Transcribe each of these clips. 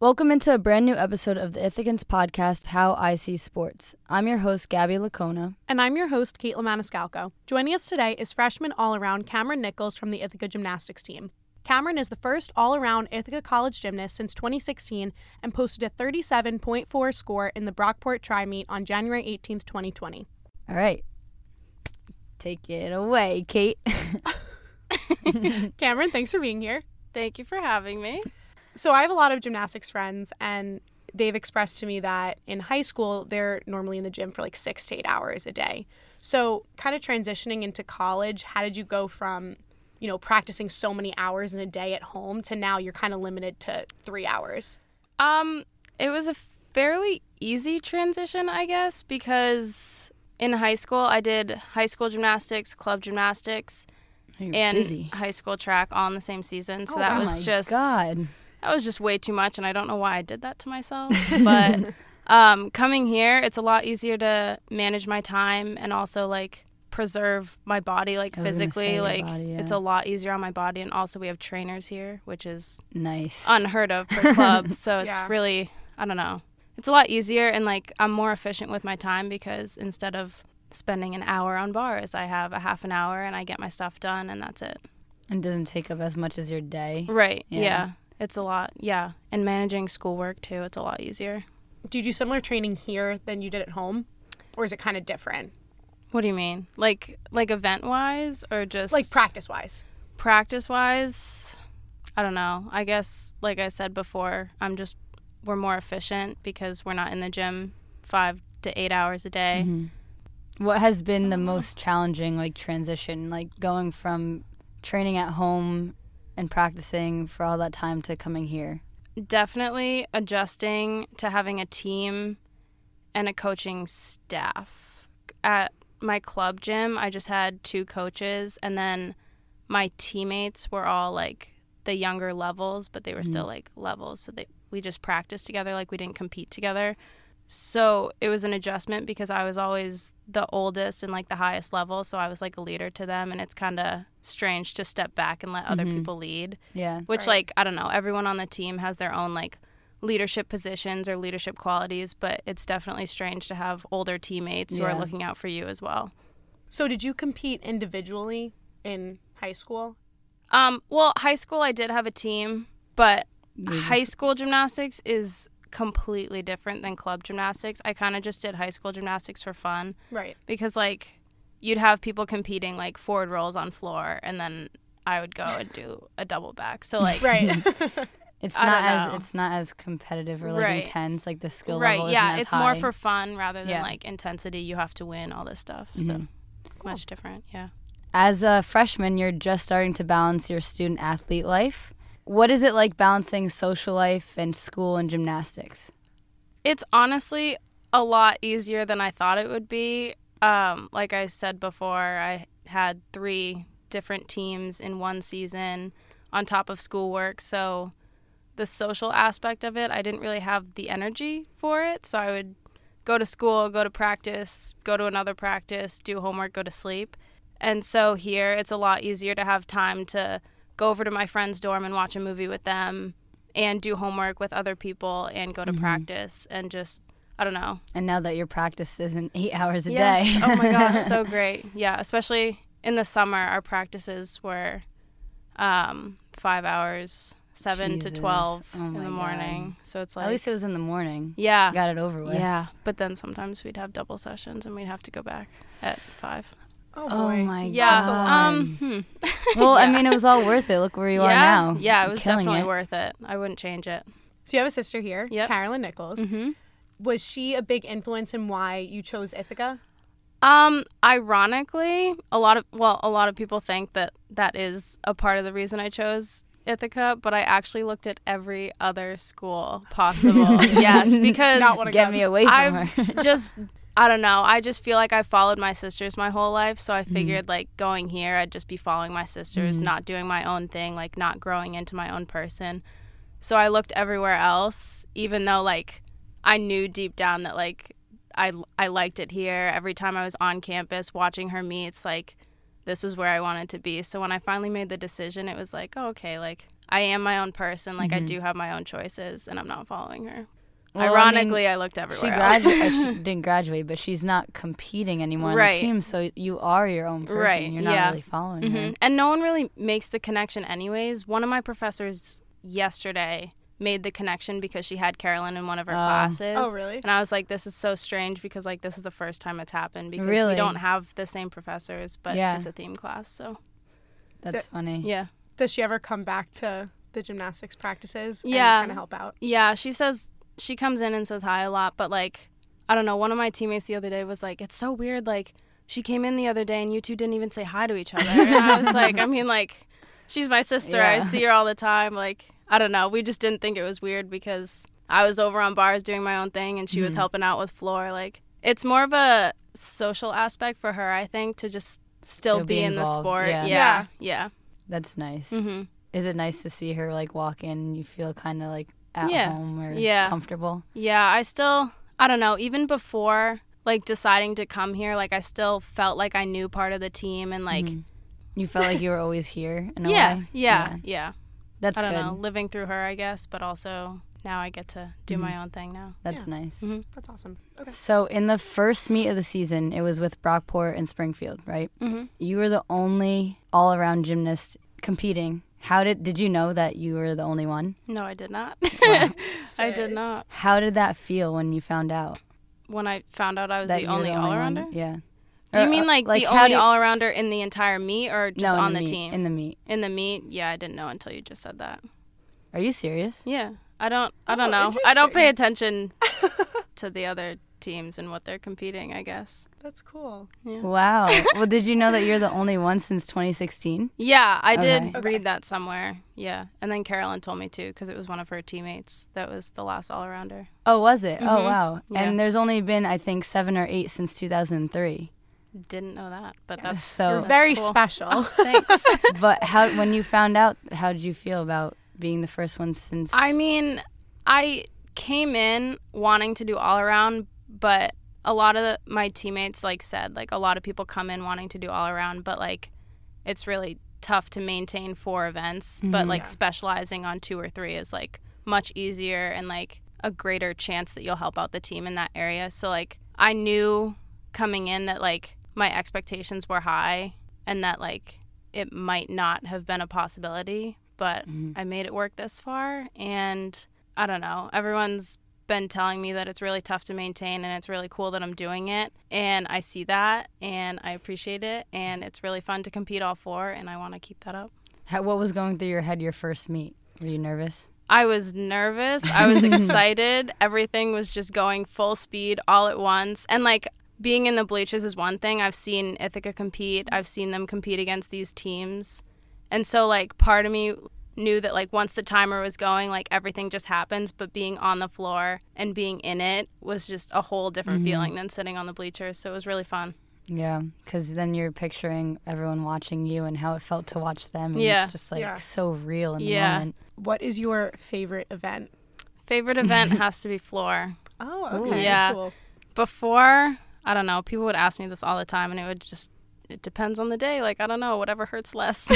Welcome into a brand new episode of the Ithacans podcast, How I See Sports. I'm your host, Gabby Lacona. And I'm your host, Caitlin Maniscalco. Joining us today is freshman all around Cameron Nichols from the Ithaca gymnastics team. Cameron is the first all around Ithaca College gymnast since 2016 and posted a 37.4 score in the Brockport Tri Meet on January 18th, 2020. All right. Take it away, Kate. Cameron, thanks for being here. Thank you for having me. So I have a lot of gymnastics friends, and they've expressed to me that in high school, they're normally in the gym for like six to eight hours a day. So, kind of transitioning into college, how did you go from, you know, practicing so many hours in a day at home to now you're kind of limited to three hours? Um, it was a fairly easy transition, I guess, because in high school I did high school gymnastics, club gymnastics, You're and busy. high school track all in the same season. So Oh, that wow. oh was my just God. that was just way too much, and I don't know why I did that to myself. But um, coming here, it's a lot easier to manage my time and also like preserve my body, like I was gonna say physically. your Like body, it's yeah. a lot easier on my body, and also we have trainers here, which is Nice. unheard of for clubs. So it's Yeah. really, I don't know. It's a lot easier and like I'm more efficient with my time because instead of spending an hour on bars, I have a half an hour and I get my stuff done and that's it. and doesn't take up as much as your day. Right. Yeah. Yeah. It's a lot. Yeah. And managing schoolwork too, it's a lot easier. Do you do similar training here than you did at home? Or is it kind of different? What do you mean? Like like event wise or just Like practice wise? practice wise? I don't know. I guess like I said before, I'm just we're more efficient because we're not in the gym 5 to 8 hours a day. What has been the most challenging, like, transition, like going from training at home and practicing for all that time to coming here? definitely adjusting to having a team and a coaching staff. At my club gym, I just had two coaches, and then my teammates were all like the younger levels, but they were still like levels. So they, we just practiced together, like we didn't compete together. So it was an adjustment because I was always the oldest and like the highest level. So I was like a leader to them. And it's kind of strange to step back and let other people lead Yeah. which Right. like i don't know everyone on the team has their own like leadership positions or leadership qualities but it's definitely strange to have older teammates who Yeah. are looking out for you as well So, did you compete individually in high school? um, well high school i did have a team but just- high school gymnastics is completely different than club gymnastics i kind of just did high school gymnastics for fun Right. because like you'd have people competing like forward rolls on floor and then i would go and do a double back so like Right. It's I not don't as know. it's not as competitive or like Right. intense. Like the skill right level. yeah isn't as it's more high. for fun rather than Yeah. like intensity you have to win all this stuff so Mm-hmm. much different yeah As a freshman, you're just starting to balance your student athlete life. What is it like balancing social life and school and gymnastics? it's honestly a lot easier than i thought it would be um, like i said before i had three different teams in one season on top of schoolwork so the social aspect of it i didn't really have the energy for it so i would go to school go to practice go to another practice do homework go to sleep And so here it's a lot easier to have time to go over to my friend's dorm and watch a movie with them and do homework with other people and go to Mm-hmm. practice and just I don't know. And now that your practice isn't eight hours a Yes. day, oh my gosh, so great. Yeah, especially in the summer our practices were um 5 hours, 7 Jesus. to Oh 12 in my the God. morning. So it's like at least it was in the morning. yeah. Got it over with. Yeah, but then sometimes we'd have double sessions and we'd have to go back at 5. Oh, boy. Oh my Yeah. god. um hmm. well, I mean, it was all worth it. Look where you yeah, are now. Yeah, it You're was killing definitely it. worth it. I wouldn't change it. So you have a sister here, Yep. Carolyn Nichols. Mhm. Was she a big influence in why you chose Ithaca? Um, ironically, a lot of well, a lot of people think that that is a part of the reason I chose Ithaca, but I actually looked at every other school possible. yes, because Not one Get again. me away from I've her. just I don't know. I just feel like I followed my sisters my whole life, so I Mm. figured like going here, I'd just be following my sisters, not doing my own thing, like not growing into my own person. So I looked everywhere else, even though like I knew deep down that like I I liked it here. Every time I was on campus watching her meets, like this was where I wanted to be. So when I finally made the decision, it was like, oh, okay, like I am my own person. Like Mm-hmm. I do have my own choices, and I'm not following her. Well, I mean, Ironically, I, looked everywhere. She, else. gradu- uh, she didn't graduate, but she's not competing anymore on the Right. team. So you are your own person. Right, You're not yeah. really following her. Mhm. And no one really makes the connection, anyways. One of my professors yesterday made the connection because she had Carolyn in one of her Oh. classes. Oh, really? And I was like, this is so strange because, like, this is the first time it's happened because Really? we don't have the same professors, but Yeah. it's a theme class. So, That's funny. yeah. Does she ever come back to the gymnastics practices? Yeah. kind of help out. Yeah, she says she comes in and says hi a lot, but like I don't know, one of my teammates the other day was like, It's so weird, like she came in the other day and you two didn't even say hi to each other. And I was like, I mean like she's my sister, I Yeah. see her all the time, like I don't know, we just didn't think it was weird because I was over on bars doing my own thing and she Mm-hmm. was helping out with floor, like it's more of a social aspect for her, I think, to just still Still be, be in the involved, sport. yeah. Yeah. Yeah. That's nice. hmm Is it nice to see her like walk in and you feel kind of like at Yeah. home or Yeah. comfortable? Yeah, I still, I don't know, even before like deciding to come here, like I still felt like I knew part of the team and like, You felt like you were always here Mm-hmm. in a yeah, way? yeah, yeah. That's I don't good. Mm-hmm. know, living through her, I guess, but also now I get to do my own thing now. That's nice. Mm-hmm. That's awesome. Okay. So in the first meet of the season, it was with Brockport and Springfield, right? Mm-hmm. You were the only all-around gymnast competing. How did did you know that you were the only one? No, I did not. I did not. How did that feel when you found out When I found out I was that the you were only, all one? arounder. Yeah. Do you Or, mean uh, like, the how only do you- all arounder in the entire meet or just no, in on the, meet- team? in the meet? in the meet? Yeah, I didn't know until you just said that. Are you serious? Yeah, I don't. I Oh, don't know. I don't pay interesting. attention to the other teams and what they're competing. I guess. That's cool. Wow. well, did you know that you're the only one since 2016? Yeah, I did Okay. read that somewhere. Yeah, and then Carolyn told me too because it was one of her teammates that was the last all arounder. Oh, was it? Oh, wow. Mm-hmm. Yeah. And there's only been I think 7 or 8 since 2003. Didn't know that, but that's So Very cool. special. thanks. but how when you found out how did you feel about being the first one since I mean, I came in wanting to do all around, but a lot of the- my teammates like said like a lot of people come in wanting to do all around, but like it's really tough to maintain four events, but like specializing on two or three is like much easier and like a greater chance that you'll help out the team in that area. So like I knew coming in that like my expectations were high and that like it might not have been a possibility, but I made it work this far and I don't know. Everyone's been telling me that it's really tough to maintain and it's really cool that I'm doing it and I see that and I appreciate it and it's really fun to compete all four and I want to keep that up. How, what was going through your head your first meet? Were you nervous? I was nervous. I was excited. Everything was just going full speed all at once. And like being in the bleachers is one thing. I've seen Ithaca compete, I've seen them compete against these teams. And so like part of me knew that like once the timer was going, like everything just happens. But being on the floor and being in it was just a whole different feeling than sitting on the bleachers. So it was really fun. Yeah, because then you're picturing everyone watching you and how it felt to watch them. And Yeah. It's just like Yeah. so real in the Yeah. moment. What is your favorite event? Favorite event has to be floor. Oh, Ooh. okay. Yeah. Cool. before i don't know people would ask me this all the time and it would just it depends on the day like i don't know whatever hurts less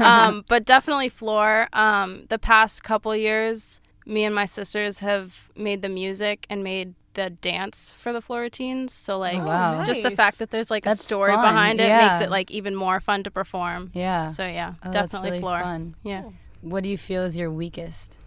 um, but definitely floor um, the past couple years me and my sisters have made the music and made the dance for the floor routines so like Oh, wow. just the nice. fact that there's like That's a story fun, behind it makes yeah. it like even more fun to perform Yeah. so yeah Oh, that's definitely really floor fun. yeah What do you feel is your weakest?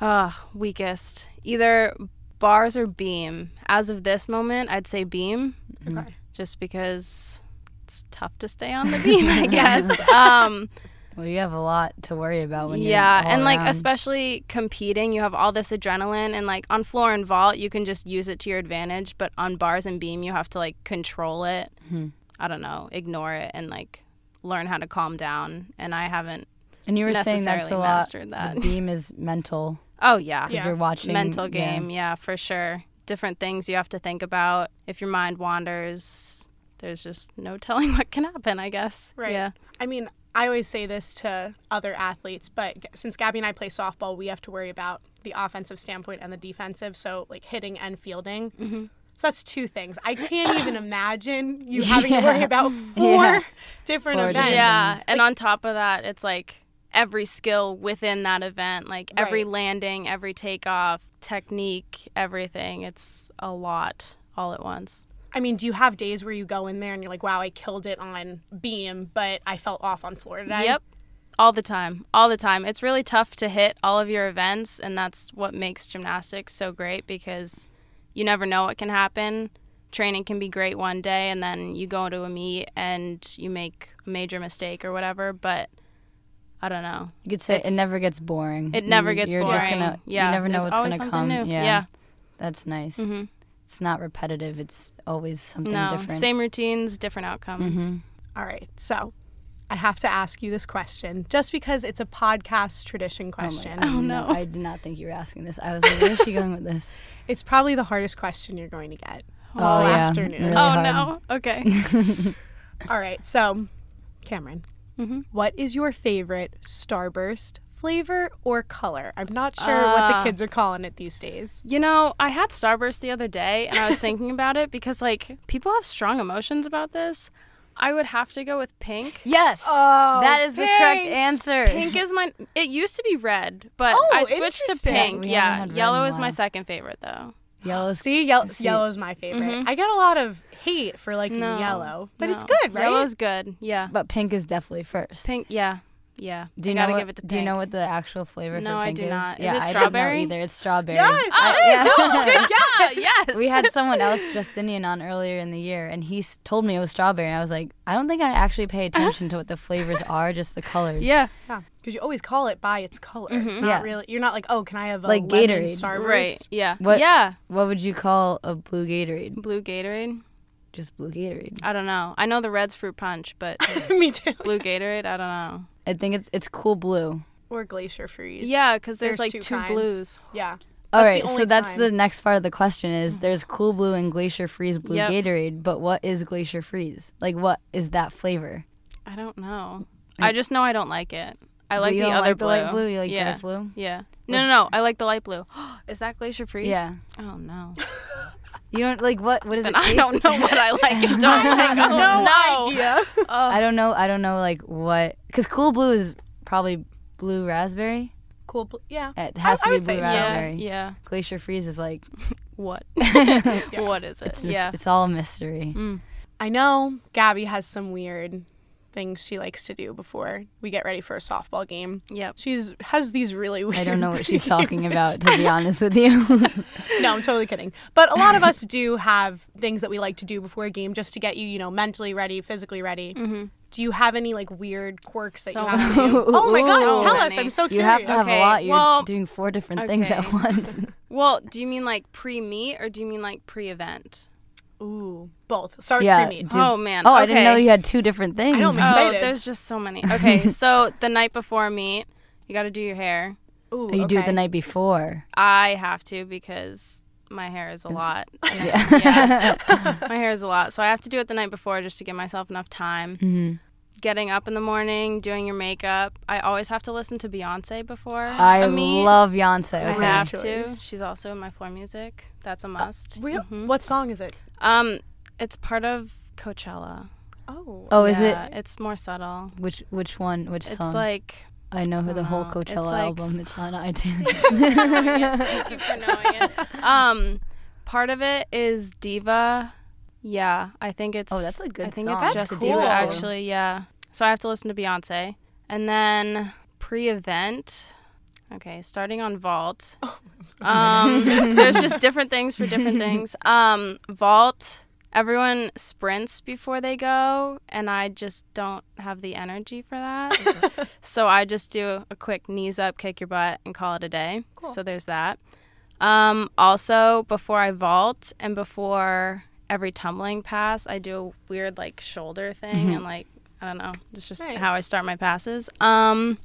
Ah, weakest. Either bars or beam. As of this moment, I'd say beam. Okay. Just because it's tough to stay on the beam, I guess. Um, Well, you have a lot to worry about when yeah, you're all and like around. especially competing, you have all this adrenaline, and like on floor and vault, you can just use it to your advantage. But on bars and beam, you have to like control it. Hmm. I don't know, ignore it, and like learn how to calm down. And I haven't. and you were saying that's a necessarily lot. mastered that. The beam is mental Oh yeah, because Yeah. you're watching mental yeah. game yeah. for sure different things you have to think about if your mind wanders there's just no telling what can happen i guess Right. yeah I mean, I always say this to other athletes, but g- since Gabby and I play softball, we have to worry about the offensive standpoint and the defensive, so like hitting and fielding. Mm-hmm. So that's two things. I can't even imagine you having to worry about four different Four different events. Yeah. yeah and on top of that it's like every skill within that event, like every Right. landing, every takeoff, technique, everything. It's a lot all at once. I mean, do you have days where you go in there and you're like, wow, I killed it on beam, but I fell off on floor today? Yep. All the time. All the time. It's really tough to hit all of your events, and that's what makes gymnastics so great because you never know what can happen. Training can be great one day, and then you go to a meet and you make a major mistake or whatever, but I don't know. You could say it It's- never gets boring. It never You- gets Mm, you're Just boring. gonna, Yeah, You never know there's what's always gonna come. something new. Yeah. Yeah. That's nice. Mhm. It's not repetitive. It's always something no, different. Mm-hmm. same routines, different outcomes. All right. So I have to ask you this question just because it's a podcast tradition question. Oh no. I did not think you were asking this. I was like, where is she going with this? It's probably the hardest question you're going to get. Oh, all yeah. afternoon. Really Oh hard. no. Okay. All right. So, Cameron, Mm-hmm. what is your favorite Starburst flavor or color? I'm not sure Uh, what the kids are calling it these days. You know, I had Starburst the other day and I was thinking about it because, like, people have strong emotions about this. I would have to go with pink. Yes. Oh, that is the correct pink. answer. Pink is my. It used to be red, but Oh, I switched to interesting. pink. We haven't Yeah. had red Yellow in a is my while. second favorite, though. Yellow. is- See, yellow yellow's my favorite. I get a lot of hate for liking Mm-hmm. No, yellow, but it's No. good, right? Yellow's good. Yeah. But pink is definitely first. Pink, yeah. Yeah. Do you I know gotta what, give it to Do you pink. know what the actual flavor No, for I pink do is? not. Is Yeah, it I strawberry? didn't know either. It's strawberry. Yes, Oh, I- it yeah. is. That was a good guess. Ah, yes. we had someone else Justinian on earlier in the year, and he s- told me it was strawberry. And I was like, I don't think I actually pay attention to what the flavors are, just the colors. Yeah. Yeah, because you always call it by its color. Mm-hmm. Not Yeah. really. You're not like, oh, can I have a Like lemon Gatorade. Starburst? Right. Yeah. What- Yeah. What would you call a blue Gatorade? Blue Gatorade. Just blue Gatorade. I don't know. I know the red's fruit punch, but Me too. blue Gatorade. I don't know. I think it's it's cool blue. Or glacier freeze. Yeah, because there's, There's like two two, kinds. blues. Yeah. All That's the right, so only that's time. the next part of the question is there's cool blue and glacier freeze blue Mm. Yep. Gatorade, but what is glacier freeze? Like what is that flavor? I don't know. I just know I don't like it. I But like you the don't other like the blue. light blue? You like yeah. dark blue? Yeah. No, no, no. I like the light blue. Is that Glacier Freeze? Yeah. Oh no. You don't like what what is it And taste? I don't know what I like and don't like. Oh, no, idea. I don't know. I don't know like what cuz cool blue is probably blue raspberry. cool. Bl- yeah. It has I- I to be would say blue so. Yeah. raspberry. Yeah. Glacier freeze is like What? What is it? it's, mis- yeah. it's all a mystery. I know Gabby has some weird things she likes to do before we get ready for a softball game. Yep. She's has these really weird. I don't know what she's talking about to be honest with you. no, I'm totally kidding. But a lot of us do have things that we like to do before a game just to get you, you know, mentally ready, physically ready. Do you have any like weird quirks that So you have? to do? Oh my gosh, So tell us. many. I'm so you curious. have to have a Okay, lot. You're well- doing four different things at Okay. once. Well, do you mean like pre-meet or do you mean like pre-event? Ooh, both. Sorry, yeah. pre do- Oh, man. Oh, I didn't know Okay. you had two different things. I don't think so. Oh, Excited. there's just so many. Okay, so the night before meet, you got to do your hair. Ooh, Oh, you do it okay. the night before. I have to because my hair is a lot. And I- yeah. my hair is a lot. So I have to do it the night before just to give myself enough time. Mm-hmm. Getting up in the morning, doing your makeup. I always have to listen to Beyonce before. I a meet. love Beyonce. I Okay. have Great to. choice. She's also in my floor music. That's Uh, a must. Real? Mm-hmm. What song is it? Um, it's part of Coachella. Oh, Oh, is Yeah, it It's more subtle. which which one which It's song? like I know her the whole know. It's Coachella like- album. It's on iTunes. Thank you for knowing it. Um, part of it is diva. Yeah, I think it's. Oh, that's a good I think song. it's That's just cool. diva actually. Yeah. So I have to listen to Beyonce, and then pre-event. Okay, starting on vault. Um, there's just different things for different things. Um, vault. Everyone sprints before they go, and I just don't have the energy for that. so I just do a quick knees up, kick your butt, and call it a day. So there's that. Um, also, before I vault and before every tumbling pass, I do a weird like shoulder thing and like I don't know. It's just Nice. how I start my passes. Um,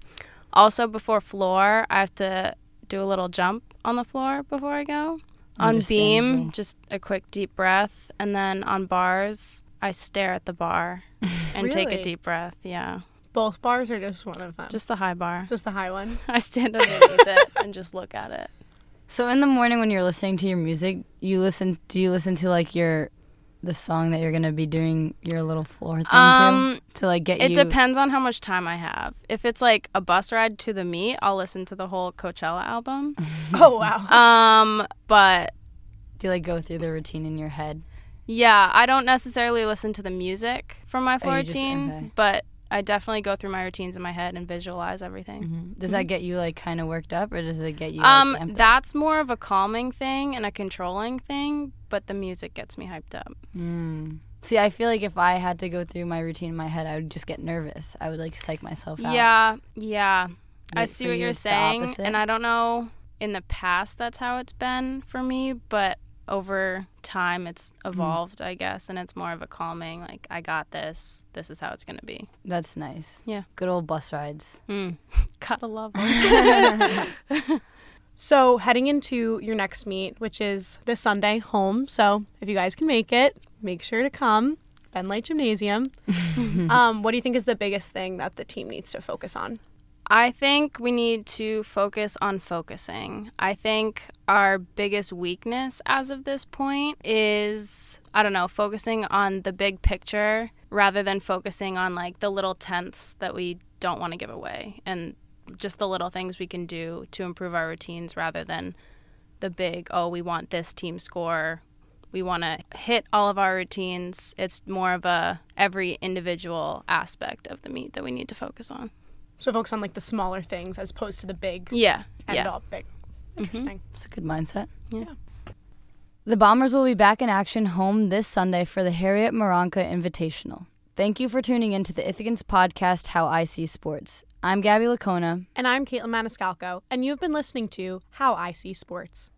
also, before floor, I have to do a little jump on the floor before I go. On beam, Understandable. just a quick deep breath, and then on bars, I stare at the bar and take Really? a deep breath. Yeah, both bars or just one of them? just the high bar. Just the high one. I stand underneath it and just look at it. so in the morning when you're listening to your music, you listen. Do you listen to like your the song that you're gonna be doing your little floor thing Um, to? To like get It you. depends on how much time I have. If it's like a bus ride to the meet, I'll listen to the whole Coachella album. Oh wow. um, but Do you like go through the routine in your head? Yeah, I don't necessarily listen to the music from my floor Oh, you just- routine, okay. but I definitely go through my routines in my head and visualize everything. Does that get you like kind of worked up, or does it get you? Like, Mm-hmm. Um, amped up? that's more of a calming thing and a controlling thing, but the music gets me hyped up. Mm. See, I feel like if I had to go through my routine in my head, I would just get nervous. I would like psych myself out. Yeah, yeah. I You- see for what you, you're it's the saying, opposite? and I don't know in the past that's how it's been for me, but over time it's Mm-hmm. evolved, I guess, and it's more of a calming like I got this. This is how it's going to be. That's nice. Yeah. Good old bus rides. Mm. Gotta love 'em. So heading into your next meet, which is this Sunday home. So if you guys can make it, make sure to come. Ben Light Gymnasium. um, what do you think is the biggest thing that the team needs to focus on? I think we need to focus on focusing. I think our biggest weakness as of this point is, I don't know, focusing on the big picture rather than focusing on like the little tenths that we don't want to give away and just the little things we can do to improve our routines rather than the big, oh, we want this team score. We want to hit all of our routines. It's more of a every individual aspect of the meet that we need to focus on. So focus on like the smaller things as opposed to the big Yeah. end yeah. all big. Interesting. It's a good mindset. Yeah. The Bombers will be back in action home this Sunday for the Harriet Moranka Invitational. Thank you for tuning in to the Ithacans podcast, How I See Sports. I'm Gabby Lacona. And I'm Caitlin Maniscalco, and you've been listening to How I See Sports.